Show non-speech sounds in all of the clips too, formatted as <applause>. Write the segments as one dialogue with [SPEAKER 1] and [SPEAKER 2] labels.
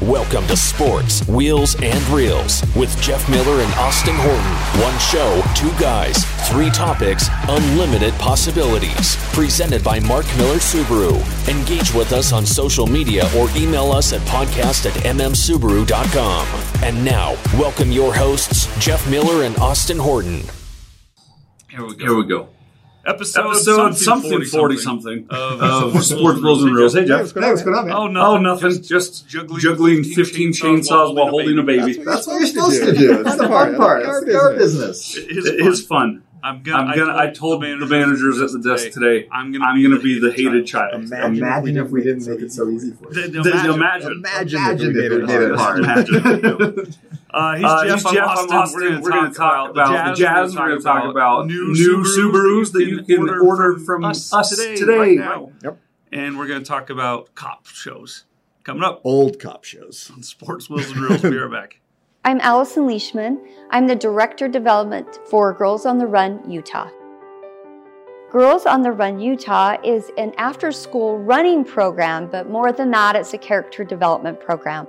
[SPEAKER 1] Welcome to Sports, Wheels, and Reels with Jeff Miller and Austin Horton. One show, two guys, three topics, unlimited possibilities. Presented by Mark Miller Subaru. Engage with us on social media or email us at podcast at mmsubaru.com. And now, welcome your hosts, Jeff Miller and Austin Horton.
[SPEAKER 2] Here we go.
[SPEAKER 3] Here we go.
[SPEAKER 2] Episode,
[SPEAKER 3] Episode something forty something <laughs> of Sports Rules and Rules. Hey Jeff,
[SPEAKER 4] Hey, what's going on, man?
[SPEAKER 2] Oh, no.
[SPEAKER 3] Oh, nothing. Just
[SPEAKER 2] Juggling
[SPEAKER 3] juggling
[SPEAKER 2] 15
[SPEAKER 3] fifteen
[SPEAKER 2] chainsaws
[SPEAKER 3] chainsaws while holding a baby.
[SPEAKER 4] That's what you're supposed to do. That's the hard part. That's the car business.
[SPEAKER 2] It is
[SPEAKER 3] It is fun.
[SPEAKER 2] I'm gonna.
[SPEAKER 3] I'm gonna. I told the managers at the desk today. I'm gonna. I'm gonna be the hated child.
[SPEAKER 4] Imagine if we didn't make it so easy for you.
[SPEAKER 2] Th-
[SPEAKER 3] Th-
[SPEAKER 2] Imagine.
[SPEAKER 3] Imagine.
[SPEAKER 4] Imagine, if we did it hard.
[SPEAKER 3] Imagine.
[SPEAKER 2] Uh, he's
[SPEAKER 3] Uh,
[SPEAKER 2] Jeff.
[SPEAKER 3] he's
[SPEAKER 2] I'm
[SPEAKER 3] Jeff.
[SPEAKER 2] Austin.
[SPEAKER 3] I'm Austin. We're going to talk about the Jazz. We're going to talk about
[SPEAKER 2] new
[SPEAKER 3] new Subarus that you can order from us today.
[SPEAKER 2] right now.
[SPEAKER 4] Yep.
[SPEAKER 2] And we're gonna talk about cop shows coming up
[SPEAKER 4] Old cop shows.
[SPEAKER 2] on Sports Wheels and Reels. We'll be right back.
[SPEAKER 5] I'm Allison Leishman. I'm the Director Development for Girls on the Run Utah. Girls on the Run Utah is an after school running program, but more than that, it's a character development program.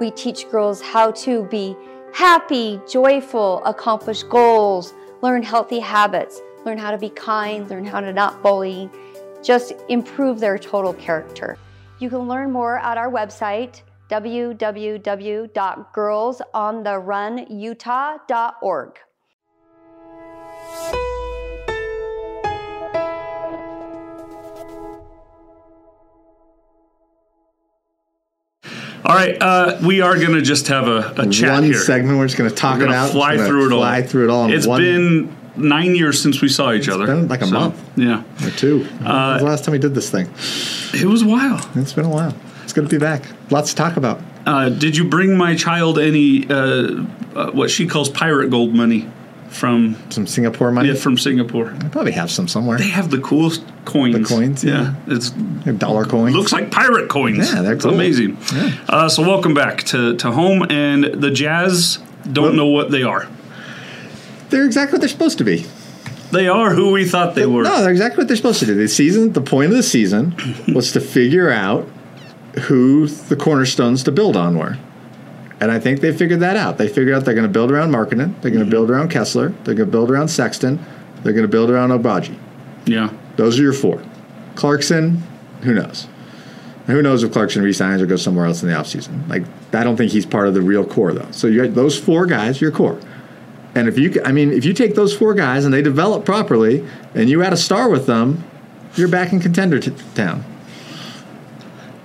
[SPEAKER 5] We teach girls how to be happy, joyful, accomplish goals, learn healthy habits, learn how to be kind, learn how to not bully, just improve their total character. You can learn more at our website, www.girlsontherunutah.org.
[SPEAKER 2] All right, uh, we are gonna just have a, a chat
[SPEAKER 4] one
[SPEAKER 2] here.
[SPEAKER 4] segment. We're just going to talk
[SPEAKER 2] We're
[SPEAKER 4] it
[SPEAKER 2] gonna
[SPEAKER 4] out.
[SPEAKER 2] fly
[SPEAKER 4] We're gonna
[SPEAKER 2] through it all.
[SPEAKER 4] Fly through it all. in
[SPEAKER 2] It's
[SPEAKER 4] one
[SPEAKER 2] been nine years since we saw each other.
[SPEAKER 4] been like a month.
[SPEAKER 2] Yeah,
[SPEAKER 4] or
[SPEAKER 2] uh,
[SPEAKER 4] two. When was the last time we did this thing?
[SPEAKER 2] it was wild.
[SPEAKER 4] It's been a while. It's good to be back. Lots to talk about.
[SPEAKER 2] Uh, did you bring my child any uh, uh, what she calls pirate gold money from
[SPEAKER 4] Some Singapore money.
[SPEAKER 2] yeah, from Singapore?
[SPEAKER 4] I probably have some somewhere.
[SPEAKER 2] They have the coolest coins.
[SPEAKER 4] The coins,
[SPEAKER 2] yeah. It's
[SPEAKER 4] They're dollar coins.
[SPEAKER 2] looks like pirate coins.
[SPEAKER 4] Yeah, they're
[SPEAKER 2] it's
[SPEAKER 4] cool.
[SPEAKER 2] amazing.
[SPEAKER 4] Yeah.
[SPEAKER 2] Uh, so welcome back to to home and the Jazz. Don't know what they are.
[SPEAKER 4] they're exactly what they're supposed to be.
[SPEAKER 2] They are who we thought they were.
[SPEAKER 4] No, they're exactly what they're supposed to do. The season, the point of
[SPEAKER 2] <clears throat>
[SPEAKER 4] the season was to figure out who the cornerstones to build on were. And I think they figured that out. They figured out they're going to build around Markkinen, they're
[SPEAKER 2] Mm-hmm.
[SPEAKER 4] going to build around Kessler, they're going to build around Sexton, they're going to build around Obaji.
[SPEAKER 2] Yeah.
[SPEAKER 4] Those are your four. Clarkson, who knows? And who knows if Clarkson resigns or goes somewhere else in the offseason? Like, I don't think he's part of the real core, though. So you got those four guys, your core. And if you, I mean, if you take those four guys and they develop properly, and you add a star with them, you're back in contender t- town.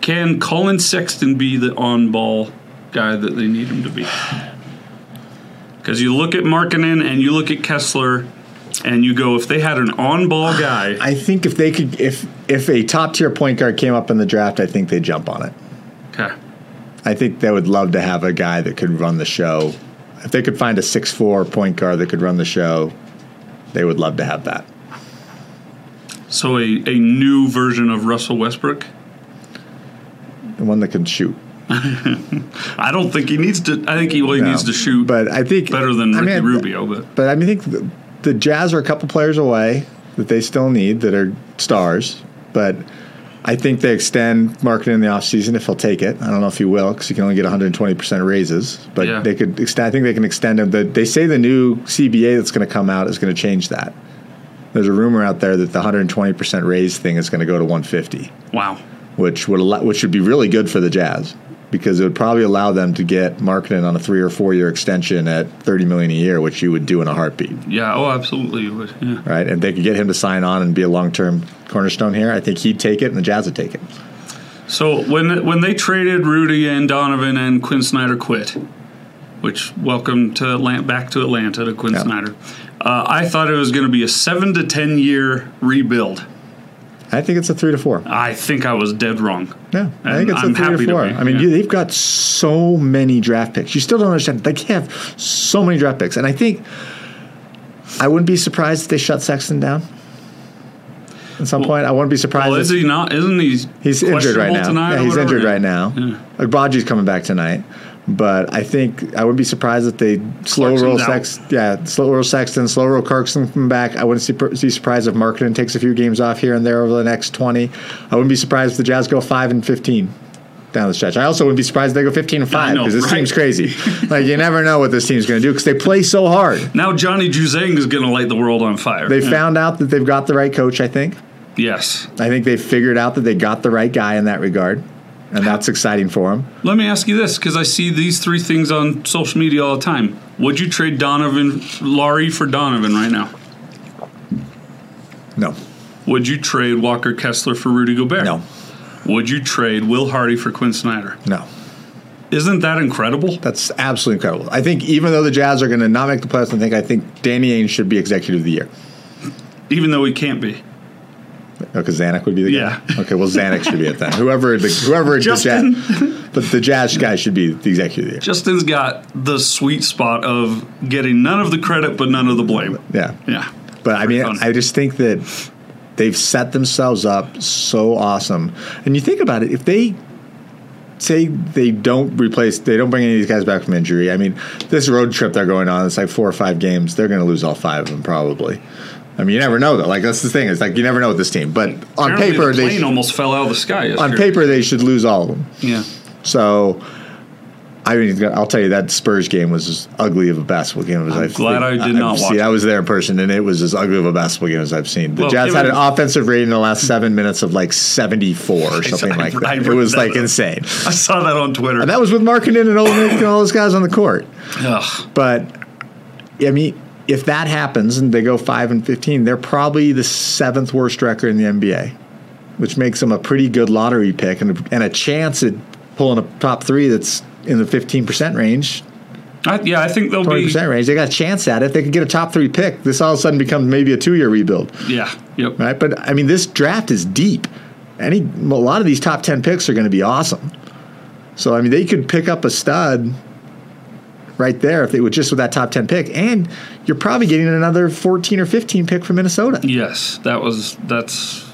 [SPEAKER 2] Can Colin Sexton be the on ball guy that they need him to be? Because you look at Markinen and you look at Kessler and you go, if they had an on
[SPEAKER 4] <sighs>
[SPEAKER 2] ball guy,
[SPEAKER 4] I think if they could, if if a top tier point guard came up in the draft, I think they'd jump on it.
[SPEAKER 2] okay.
[SPEAKER 4] I think they would love to have a guy that could run the show. If they could find a six four point guard that could run the show, they would love to have that.
[SPEAKER 2] So a, a new version of Russell Westbrook?
[SPEAKER 4] The one that can shoot.
[SPEAKER 2] I don't think he needs to. I think he, well, he
[SPEAKER 4] No.
[SPEAKER 2] needs to shoot
[SPEAKER 4] But I think
[SPEAKER 2] better than
[SPEAKER 4] I
[SPEAKER 2] Ricky
[SPEAKER 4] mean,
[SPEAKER 2] Rubio, but
[SPEAKER 4] But I mean, I think the, the Jazz are a couple players away that they still need that are stars. But I think they extend marketing in the offseason if he'll take it. I don't know if he will because he can only get 120% raises. But
[SPEAKER 2] Yeah.
[SPEAKER 4] they could extend. I think they can extend him. The, they say the new CBA that's going to come out is going to change that. There's a rumor out there that the 120% raise thing is going to go to 150
[SPEAKER 2] wow.
[SPEAKER 4] which would allow, which would be really good for the Jazz because it would probably allow them to get marketing on a three or four year extension at thirty million a year, which you would do in a heartbeat,
[SPEAKER 2] Yeah, oh, absolutely. you would, Yeah.
[SPEAKER 4] right? And they could get him to sign on and be a long term cornerstone here. I think he'd take it, and the Jazz would take it.
[SPEAKER 2] So when when they traded Rudy and Donovan and Quinn Snyder quit, which welcome to Atlanta, back to Atlanta to Quinn
[SPEAKER 4] Yeah.
[SPEAKER 2] Snyder, uh, I thought it was going to be a seven to ten year rebuild.
[SPEAKER 4] I think it's a three to four.
[SPEAKER 2] I think I was dead wrong.
[SPEAKER 4] Yeah, I
[SPEAKER 2] And
[SPEAKER 4] think it's
[SPEAKER 2] Uh, I'm
[SPEAKER 4] a three
[SPEAKER 2] happy
[SPEAKER 4] to
[SPEAKER 2] to
[SPEAKER 4] four.
[SPEAKER 2] be,
[SPEAKER 4] I mean,
[SPEAKER 2] yeah.
[SPEAKER 4] you, they've got so many draft picks. You still don't understand. They have so many draft picks, and I think I wouldn't be surprised if they shut Sexton down. At some point, I wouldn't be surprised.
[SPEAKER 2] Well,
[SPEAKER 4] if-
[SPEAKER 2] is he not? Isn't he?
[SPEAKER 4] He's injured right
[SPEAKER 2] questionable
[SPEAKER 4] now.
[SPEAKER 2] tonight
[SPEAKER 4] Yeah,
[SPEAKER 2] or
[SPEAKER 4] he's
[SPEAKER 2] whatever?
[SPEAKER 4] injured right now.
[SPEAKER 2] Yeah.
[SPEAKER 4] Agbaji's coming back tonight, but I think I would be surprised if they slow
[SPEAKER 2] Clarkson's
[SPEAKER 4] roll
[SPEAKER 2] out.
[SPEAKER 4] Sex. Yeah, slow roll Sexton, slow roll Clarkson come back. I wouldn't see, be surprised if Marketing takes a few games off here and there over the next twenty. I wouldn't be surprised if the Jazz go five and fifteen. down the stretch. I also wouldn't be surprised if they go 15 and 5
[SPEAKER 2] know,
[SPEAKER 4] because this
[SPEAKER 2] right?
[SPEAKER 4] team's crazy.
[SPEAKER 2] <laughs>
[SPEAKER 4] like, you never know what this team's going to do because they play so hard.
[SPEAKER 2] Now Johnny Juzang is going to light the world on fire.
[SPEAKER 4] They found out that they've got the right coach, I think.
[SPEAKER 2] yes.
[SPEAKER 4] I think they figured out that they got the right guy in that regard, and that's exciting for them.
[SPEAKER 2] Let me ask you this, because I see these three things on social media all the time. Would you trade Donovan Laurie for Donovan right now?
[SPEAKER 4] No,
[SPEAKER 2] Would you trade Walker Kessler for Rudy Gobert?
[SPEAKER 4] no,
[SPEAKER 2] Would you trade Will Hardy for Quinn Snyder?
[SPEAKER 4] no.
[SPEAKER 2] Isn't that incredible?
[SPEAKER 4] That's absolutely incredible. I think even though the Jazz are going to not make the playoffs, I think I think Danny Ainge should be executive of the year.
[SPEAKER 2] Even though he can't be.
[SPEAKER 4] Because Zanuck Oh, would be the guy.
[SPEAKER 2] Yeah.
[SPEAKER 4] Okay, well Zanuck should be it then. Whoever the whoever
[SPEAKER 2] Justin.
[SPEAKER 4] the Jazz, <laughs> but the Jazz guy should be the executive of the year.
[SPEAKER 2] Justin's got the sweet spot of getting none of the credit but none of the blame.
[SPEAKER 4] Yeah.
[SPEAKER 2] Yeah.
[SPEAKER 4] But I mean,
[SPEAKER 2] fun.
[SPEAKER 4] I just think that they've set themselves up so awesome. And you think about it, if they say they don't replace, they don't bring any of these guys back from injury. I mean, this road trip they're going on, it's like four or five games. They're going to lose all five of them probably. I mean, you never know though. Like that's the thing. It's like you never know with this team. But on
[SPEAKER 2] Apparently
[SPEAKER 4] paper,
[SPEAKER 2] the
[SPEAKER 4] they
[SPEAKER 2] plane almost fell out of the sky.
[SPEAKER 4] on
[SPEAKER 2] yesterday.
[SPEAKER 4] paper they should lose all of them.
[SPEAKER 2] Yeah.
[SPEAKER 4] So. I mean, I'll tell you that Spurs game was as ugly of a basketball game as I've
[SPEAKER 2] glad I
[SPEAKER 4] seen.
[SPEAKER 2] did not
[SPEAKER 4] I've
[SPEAKER 2] watch
[SPEAKER 4] seen-
[SPEAKER 2] it.
[SPEAKER 4] I was there in person, and it was as ugly of a basketball game as I've seen. The
[SPEAKER 2] Well,
[SPEAKER 4] Jazz
[SPEAKER 2] it
[SPEAKER 4] had an
[SPEAKER 2] was-
[SPEAKER 4] offensive rating in the last seven minutes of like seventy-four or
[SPEAKER 2] <laughs>
[SPEAKER 4] something
[SPEAKER 2] I-
[SPEAKER 4] like that.
[SPEAKER 2] I
[SPEAKER 4] it
[SPEAKER 2] read
[SPEAKER 4] was
[SPEAKER 2] that
[SPEAKER 4] like
[SPEAKER 2] up.
[SPEAKER 4] insane,
[SPEAKER 2] I saw that on Twitter.
[SPEAKER 4] and that was with Markin and Old Nick and all those guys on the court.
[SPEAKER 2] Ugh.
[SPEAKER 4] But I mean, if that happens and they go five and fifteen, they're probably the seventh worst record in the NBA, which makes them a pretty good lottery pick and a, and a chance at pulling a top three that's in the fifteen percent range,
[SPEAKER 2] I, yeah, I think they'll
[SPEAKER 4] twenty
[SPEAKER 2] be.
[SPEAKER 4] percent range. They got a chance at it. If they could get a top three pick, this all of a sudden becomes maybe a two year rebuild,
[SPEAKER 2] Yeah. Yep.
[SPEAKER 4] right? But I mean, this draft is deep. Any a lot of these top ten picks are going to be awesome. So I mean, they could pick up a stud right there if they would just with that top ten pick, and you're probably getting another fourteen or fifteen pick from Minnesota.
[SPEAKER 2] Yes. That was. That's.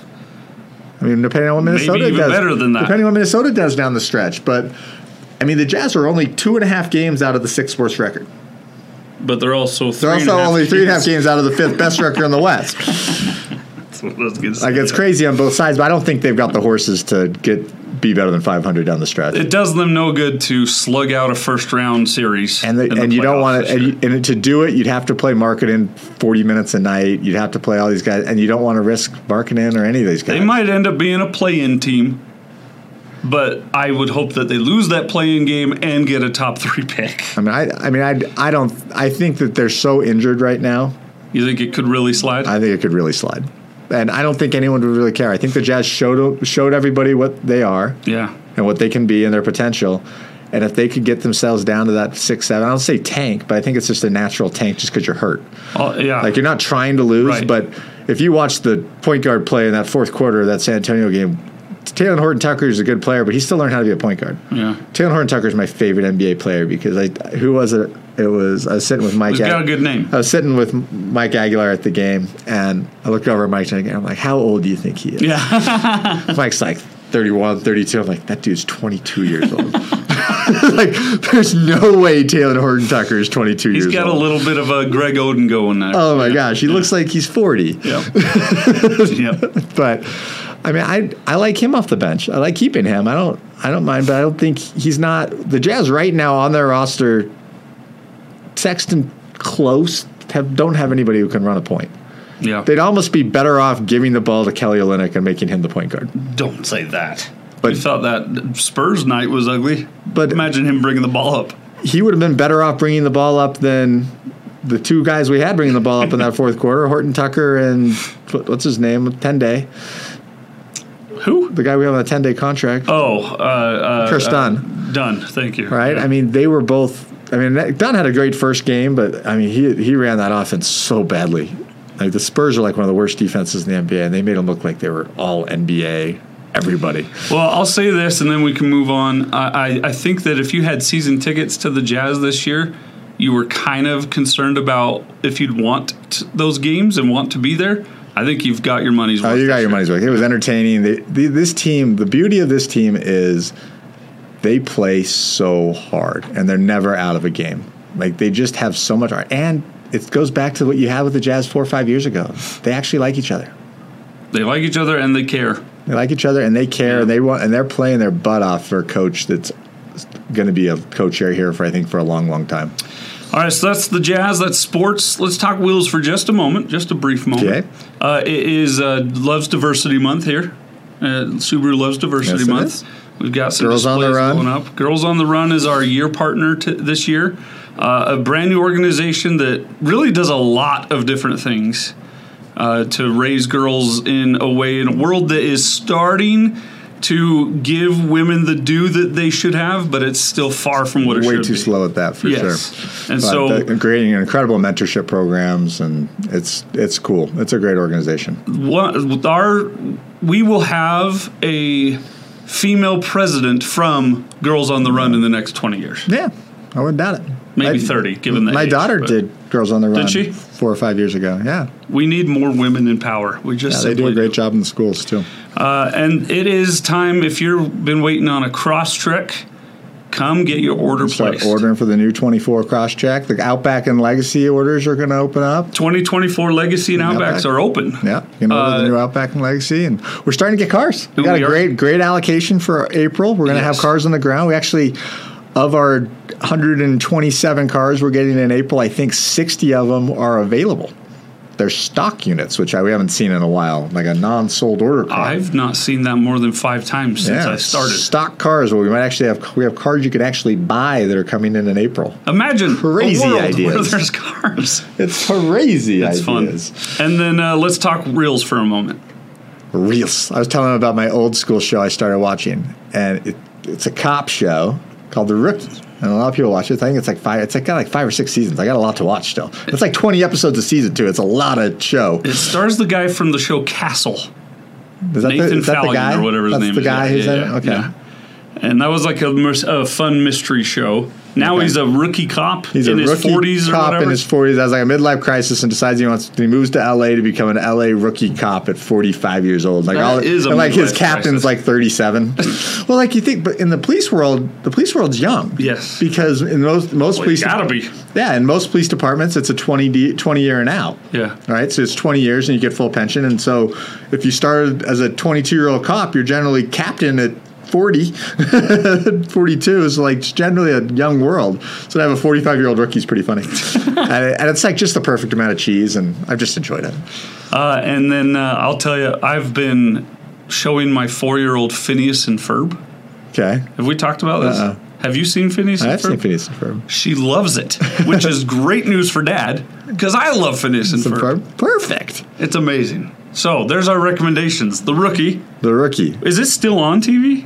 [SPEAKER 4] I mean, depending on what Minnesota
[SPEAKER 2] even
[SPEAKER 4] does,
[SPEAKER 2] better than that.
[SPEAKER 4] depending on what Minnesota does down the stretch, but. I mean, the Jazz are only two and a half games out of the sixth worst record.
[SPEAKER 2] But they're also. Three
[SPEAKER 4] They're
[SPEAKER 2] and a
[SPEAKER 4] also
[SPEAKER 2] half
[SPEAKER 4] only three and a half
[SPEAKER 2] years. <laughs>
[SPEAKER 4] games out of the fifth best record in the West.
[SPEAKER 2] Let's get-
[SPEAKER 4] Like it's crazy on both sides, but I don't think they've got the horses to get be better than 500 down the stretch.
[SPEAKER 2] It does them no good to slug out a first round series.
[SPEAKER 4] and the,
[SPEAKER 2] in the
[SPEAKER 4] and you don't
[SPEAKER 2] playoffs
[SPEAKER 4] want
[SPEAKER 2] this
[SPEAKER 4] to and,
[SPEAKER 2] year.
[SPEAKER 4] you- and to do it, you'd have to play marketing 40 minutes a night. You'd have to play all these guys, and you don't want to risk marketing or any of these guys.
[SPEAKER 2] They might end up being a play-in team, but I would hope that they lose that play-in game and get a top three pick.
[SPEAKER 4] I mean, I, I mean, I, I don't. I think that they're so injured right now.
[SPEAKER 2] You think it could really slide?
[SPEAKER 4] I think it could really slide, and I don't think anyone would really care. I think the Jazz showed showed everybody what they are.
[SPEAKER 2] yeah,
[SPEAKER 4] and what they can be and their potential. And if they could get themselves down to that six, seven, I don't say tank, but I think it's just a natural tank just because you're hurt.
[SPEAKER 2] Oh, yeah.
[SPEAKER 4] Like you're not trying to lose,
[SPEAKER 2] Right.
[SPEAKER 4] but if you watch the point guard play in that fourth quarter of that San Antonio game, Taylor Horton Tucker is a good player, but he still learned how to be a point guard.
[SPEAKER 2] yeah.
[SPEAKER 4] Taylor Horton Tucker is my favorite NBA player because I who was it? It was I was sitting with Mike.
[SPEAKER 2] He's got a good name.
[SPEAKER 4] I was sitting with Mike Aguilar at the game, and I looked over at Mike and I'm like, "How old do you think he is?"
[SPEAKER 2] Yeah,
[SPEAKER 4] <laughs> Mike's like 31, 32. I'm like, that dude's 22 years old. <laughs> like, there's no way Taylor Horton Tucker is 22
[SPEAKER 2] he's
[SPEAKER 4] years
[SPEAKER 2] got a
[SPEAKER 4] old.
[SPEAKER 2] little bit of a Greg Oden going
[SPEAKER 4] <laughs>
[SPEAKER 2] there.
[SPEAKER 4] oh my gosh, he looks like he's 40.
[SPEAKER 2] yeah, yep.
[SPEAKER 4] <laughs> But I mean, I I like him off the bench. I like keeping him. I don't I don't mind, but I don't think he's not the Jazz right now on their roster. Sexton close have, don't have anybody who can run a point.
[SPEAKER 2] yeah.
[SPEAKER 4] They'd almost be better off giving the ball to Kelly Olynyk and making him the point guard.
[SPEAKER 2] Don't say that.
[SPEAKER 4] But-
[SPEAKER 2] But you thought that Spurs night was ugly.
[SPEAKER 4] But-
[SPEAKER 2] imagine him bringing the ball up.
[SPEAKER 4] he would have been better off bringing the ball up than the two guys we had bringing the ball up
[SPEAKER 2] <laughs>
[SPEAKER 4] in that fourth quarter, Horton Tucker and what- what's his name, Ten Day,
[SPEAKER 2] Who?
[SPEAKER 4] the guy we have on a ten day contract,
[SPEAKER 2] Oh, uh, uh,
[SPEAKER 4] Chris Dunn.
[SPEAKER 2] uh, Dunn. Thank you.
[SPEAKER 4] right? I mean, they were both. I mean, that- Dunn had a great first game, but I mean, he he ran that offense so badly. Like the Spurs are like one of the worst defenses in the NBA, and they made them look like they were all NBA everybody.
[SPEAKER 2] Well, I'll say this, and then we can move on. I, I, I think that if you had season tickets to the Jazz this year, you were kind of concerned about if you'd want t- those games and want to be there. I think you've got your money's worth.
[SPEAKER 4] Oh, you got
[SPEAKER 2] this year.
[SPEAKER 4] your money's worth. It was entertaining. They, the, this team, the beauty of this team is they play so hard and they're never out of a game. Like they just have so much art. And it goes back to what you had with the Jazz four or five years ago. They actually like each other.
[SPEAKER 2] They like each other and they care.
[SPEAKER 4] They like each other and they care and they want and they're playing their butt off for a coach that's going to be a coach here here for I think for a long long time.
[SPEAKER 2] All right, so that's the jazz. That's sports. Let's talk wheels for just a moment, just a brief moment.
[SPEAKER 4] Okay.
[SPEAKER 2] Uh, it is uh, loves diversity month here. Uh, Subaru loves diversity
[SPEAKER 4] Yes, it
[SPEAKER 2] month.
[SPEAKER 4] is.
[SPEAKER 2] We've got some
[SPEAKER 4] Girls on the
[SPEAKER 2] displays
[SPEAKER 4] Run.
[SPEAKER 2] going up. Girls on the Run is our year partner t- this year. Uh, a brand new organization that really does a lot of different things uh, to raise girls in a way in a world that is starting to give women the due that they should have, but it's still far from what it
[SPEAKER 4] Way
[SPEAKER 2] should
[SPEAKER 4] too
[SPEAKER 2] be.
[SPEAKER 4] slow at that for
[SPEAKER 2] Yes.
[SPEAKER 4] sure.
[SPEAKER 2] And
[SPEAKER 4] But
[SPEAKER 2] so
[SPEAKER 4] they're creating incredible mentorship programs and it's it's cool. It's a great organization.
[SPEAKER 2] what our we will have a female president from Girls on the Run in the next 20 years.
[SPEAKER 4] Yeah, I wouldn't doubt it.
[SPEAKER 2] Maybe
[SPEAKER 4] My-
[SPEAKER 2] 30, given that
[SPEAKER 4] My
[SPEAKER 2] age,
[SPEAKER 4] daughter
[SPEAKER 2] but-
[SPEAKER 4] did Girls on the Run.
[SPEAKER 2] she?
[SPEAKER 4] Four or five years ago. Yeah,
[SPEAKER 2] We need more women in power. We just
[SPEAKER 4] yeah they do a
[SPEAKER 2] simply
[SPEAKER 4] great job in the schools too.
[SPEAKER 2] Uh, and it is time if you've been waiting on a cross trek, come get your order
[SPEAKER 4] Start
[SPEAKER 2] placed.
[SPEAKER 4] ordering for the new 24 cross check. The Outback and Legacy orders are going to open up.
[SPEAKER 2] 2024 Legacy and
[SPEAKER 4] Outback.
[SPEAKER 2] Outbacks are open.
[SPEAKER 4] Yeah, you can order the new Outback and Legacy, and we're starting to get cars.
[SPEAKER 2] Uh,
[SPEAKER 4] We
[SPEAKER 2] Ooh,
[SPEAKER 4] got
[SPEAKER 2] we
[SPEAKER 4] a
[SPEAKER 2] are.
[SPEAKER 4] great, great allocation for April. We're going to have
[SPEAKER 2] Yes.
[SPEAKER 4] cars on the ground. We actually, of our 127 cars we're getting in April, I think 60 of them are available. They're stock units, which I, we haven't seen in a while, like a non-sold order car.
[SPEAKER 2] I've not seen that more than five times since I started.
[SPEAKER 4] stock cars. Well, we might actually have we have cars you can actually buy that are coming in in April.
[SPEAKER 2] Imagine
[SPEAKER 4] Crazy
[SPEAKER 2] a world where
[SPEAKER 4] ideas.
[SPEAKER 2] there's <laughs> cars.
[SPEAKER 4] It's crazy
[SPEAKER 2] It's
[SPEAKER 4] ideas.
[SPEAKER 2] fun. And then uh, let's talk reels for a moment.
[SPEAKER 4] Reels. I was telling him about my old school show I started watching, and it, it's a cop show called The Rookie. And a lot of people watch it. I think it's like five. It's like got like five or six seasons. I got a lot to watch still. It's like twenty episodes a season too. It's a lot of show.
[SPEAKER 2] It stars the guy from the show Castle,
[SPEAKER 4] Is that
[SPEAKER 2] Nathan
[SPEAKER 4] the, is that
[SPEAKER 2] Fallion
[SPEAKER 4] the guy?
[SPEAKER 2] or whatever his
[SPEAKER 4] That's
[SPEAKER 2] name
[SPEAKER 4] the
[SPEAKER 2] is.
[SPEAKER 4] guy
[SPEAKER 2] Yeah,
[SPEAKER 4] who's
[SPEAKER 2] yeah,
[SPEAKER 4] in it.
[SPEAKER 2] yeah,
[SPEAKER 4] Okay.
[SPEAKER 2] yeah. and that was like a, mys- a fun mystery show. Now
[SPEAKER 4] Okay.
[SPEAKER 2] he's a rookie cop
[SPEAKER 4] He's
[SPEAKER 2] in
[SPEAKER 4] a
[SPEAKER 2] his
[SPEAKER 4] rookie
[SPEAKER 2] 40s or
[SPEAKER 4] cop
[SPEAKER 2] whatever.
[SPEAKER 4] in his 40s. That's like a midlife crisis and decides he wants. He moves to LA to become an LA rookie cop at 45 years old. Like
[SPEAKER 2] That
[SPEAKER 4] all
[SPEAKER 2] is a
[SPEAKER 4] and like his
[SPEAKER 2] midlife
[SPEAKER 4] captain's
[SPEAKER 2] crisis. <laughs>
[SPEAKER 4] like 37. well, like you think, but in the police world, the police world's young.
[SPEAKER 2] Yes.
[SPEAKER 4] because in most most
[SPEAKER 2] Well, you
[SPEAKER 4] police
[SPEAKER 2] gotta be.
[SPEAKER 4] yeah, in most police departments, it's a 20 d 20 year and out.
[SPEAKER 2] Yeah.
[SPEAKER 4] All right. So it's 20 years and you get full pension. And so if you started as a 22 year old cop, you're generally captain at <laughs> 40, 42 is like it's generally a young world. So to have a 45 year old rookie is pretty funny. and, it- and it's like just the perfect amount of cheese. And I've just enjoyed it.
[SPEAKER 2] Uh, and then uh, I'll tell you, I've been showing my four-year-old Phineas and Ferb.
[SPEAKER 4] Okay.
[SPEAKER 2] Have we talked about this?
[SPEAKER 4] Uh-uh.
[SPEAKER 2] Have you seen Phineas and
[SPEAKER 4] I've
[SPEAKER 2] Ferb?
[SPEAKER 4] seen Phineas and Ferb.
[SPEAKER 2] She loves
[SPEAKER 4] <laughs>
[SPEAKER 2] it, which is great news for Dad because I love Phineas and
[SPEAKER 4] Some
[SPEAKER 2] Ferb.
[SPEAKER 4] Ferb. Perfect.
[SPEAKER 2] It's amazing. So there's our recommendations. The Rookie
[SPEAKER 4] The rookie.
[SPEAKER 2] is it still on TV,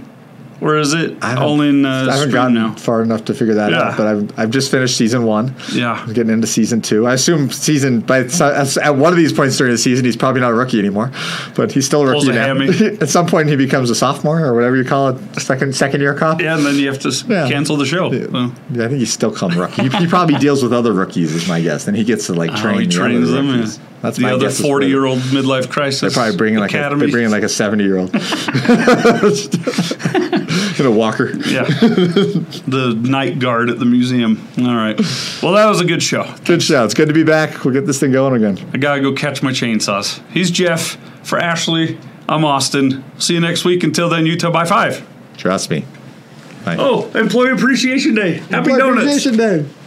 [SPEAKER 2] or is it
[SPEAKER 4] haven't-
[SPEAKER 2] all in uh,
[SPEAKER 4] I haven't
[SPEAKER 2] stream
[SPEAKER 4] gotten
[SPEAKER 2] now?
[SPEAKER 4] far enough to figure that
[SPEAKER 2] Yeah.
[SPEAKER 4] out, but I've, I've just finished season one.
[SPEAKER 2] Yeah.
[SPEAKER 4] I'm getting into season two. I assume season by the si- at one of these points during the season, he's probably not a rookie anymore, but he's still a
[SPEAKER 2] Pulls
[SPEAKER 4] rookie
[SPEAKER 2] a
[SPEAKER 4] now.
[SPEAKER 2] hammy.
[SPEAKER 4] <laughs> at some point, he becomes a sophomore or whatever you call it, second second year cop.
[SPEAKER 2] Yeah, and then you have to s
[SPEAKER 4] Yeah.
[SPEAKER 2] cancel the show. Well,
[SPEAKER 4] Yeah, I think he's still come rookie. He, he probably deals with other rookies, is my guess. and he gets to like train.
[SPEAKER 2] how Oh, he
[SPEAKER 4] the other
[SPEAKER 2] trains them.
[SPEAKER 4] rookies.
[SPEAKER 2] yeah.
[SPEAKER 4] That's
[SPEAKER 2] the
[SPEAKER 4] my
[SPEAKER 2] other
[SPEAKER 4] guess is where-
[SPEAKER 2] forty-year-old midlife crisis.
[SPEAKER 4] They're probably bringing like a,
[SPEAKER 2] academy.
[SPEAKER 4] they're bringing like a seventy year <laughs> old in a walker.
[SPEAKER 2] Yeah.
[SPEAKER 4] <laughs>
[SPEAKER 2] the night guard at the museum. All right. Well, that was a good show.
[SPEAKER 4] Good show. It's good to be back. We'll get this thing going again.
[SPEAKER 2] I got to go catch my chainsaws. He's Jeff. For Ashley, I'm Austin. See you next week. Until then, Utah by five.
[SPEAKER 4] Trust me.
[SPEAKER 2] Oh, Employee Appreciation Day. Happy
[SPEAKER 4] Black
[SPEAKER 2] Donuts.
[SPEAKER 4] Appreciation Day.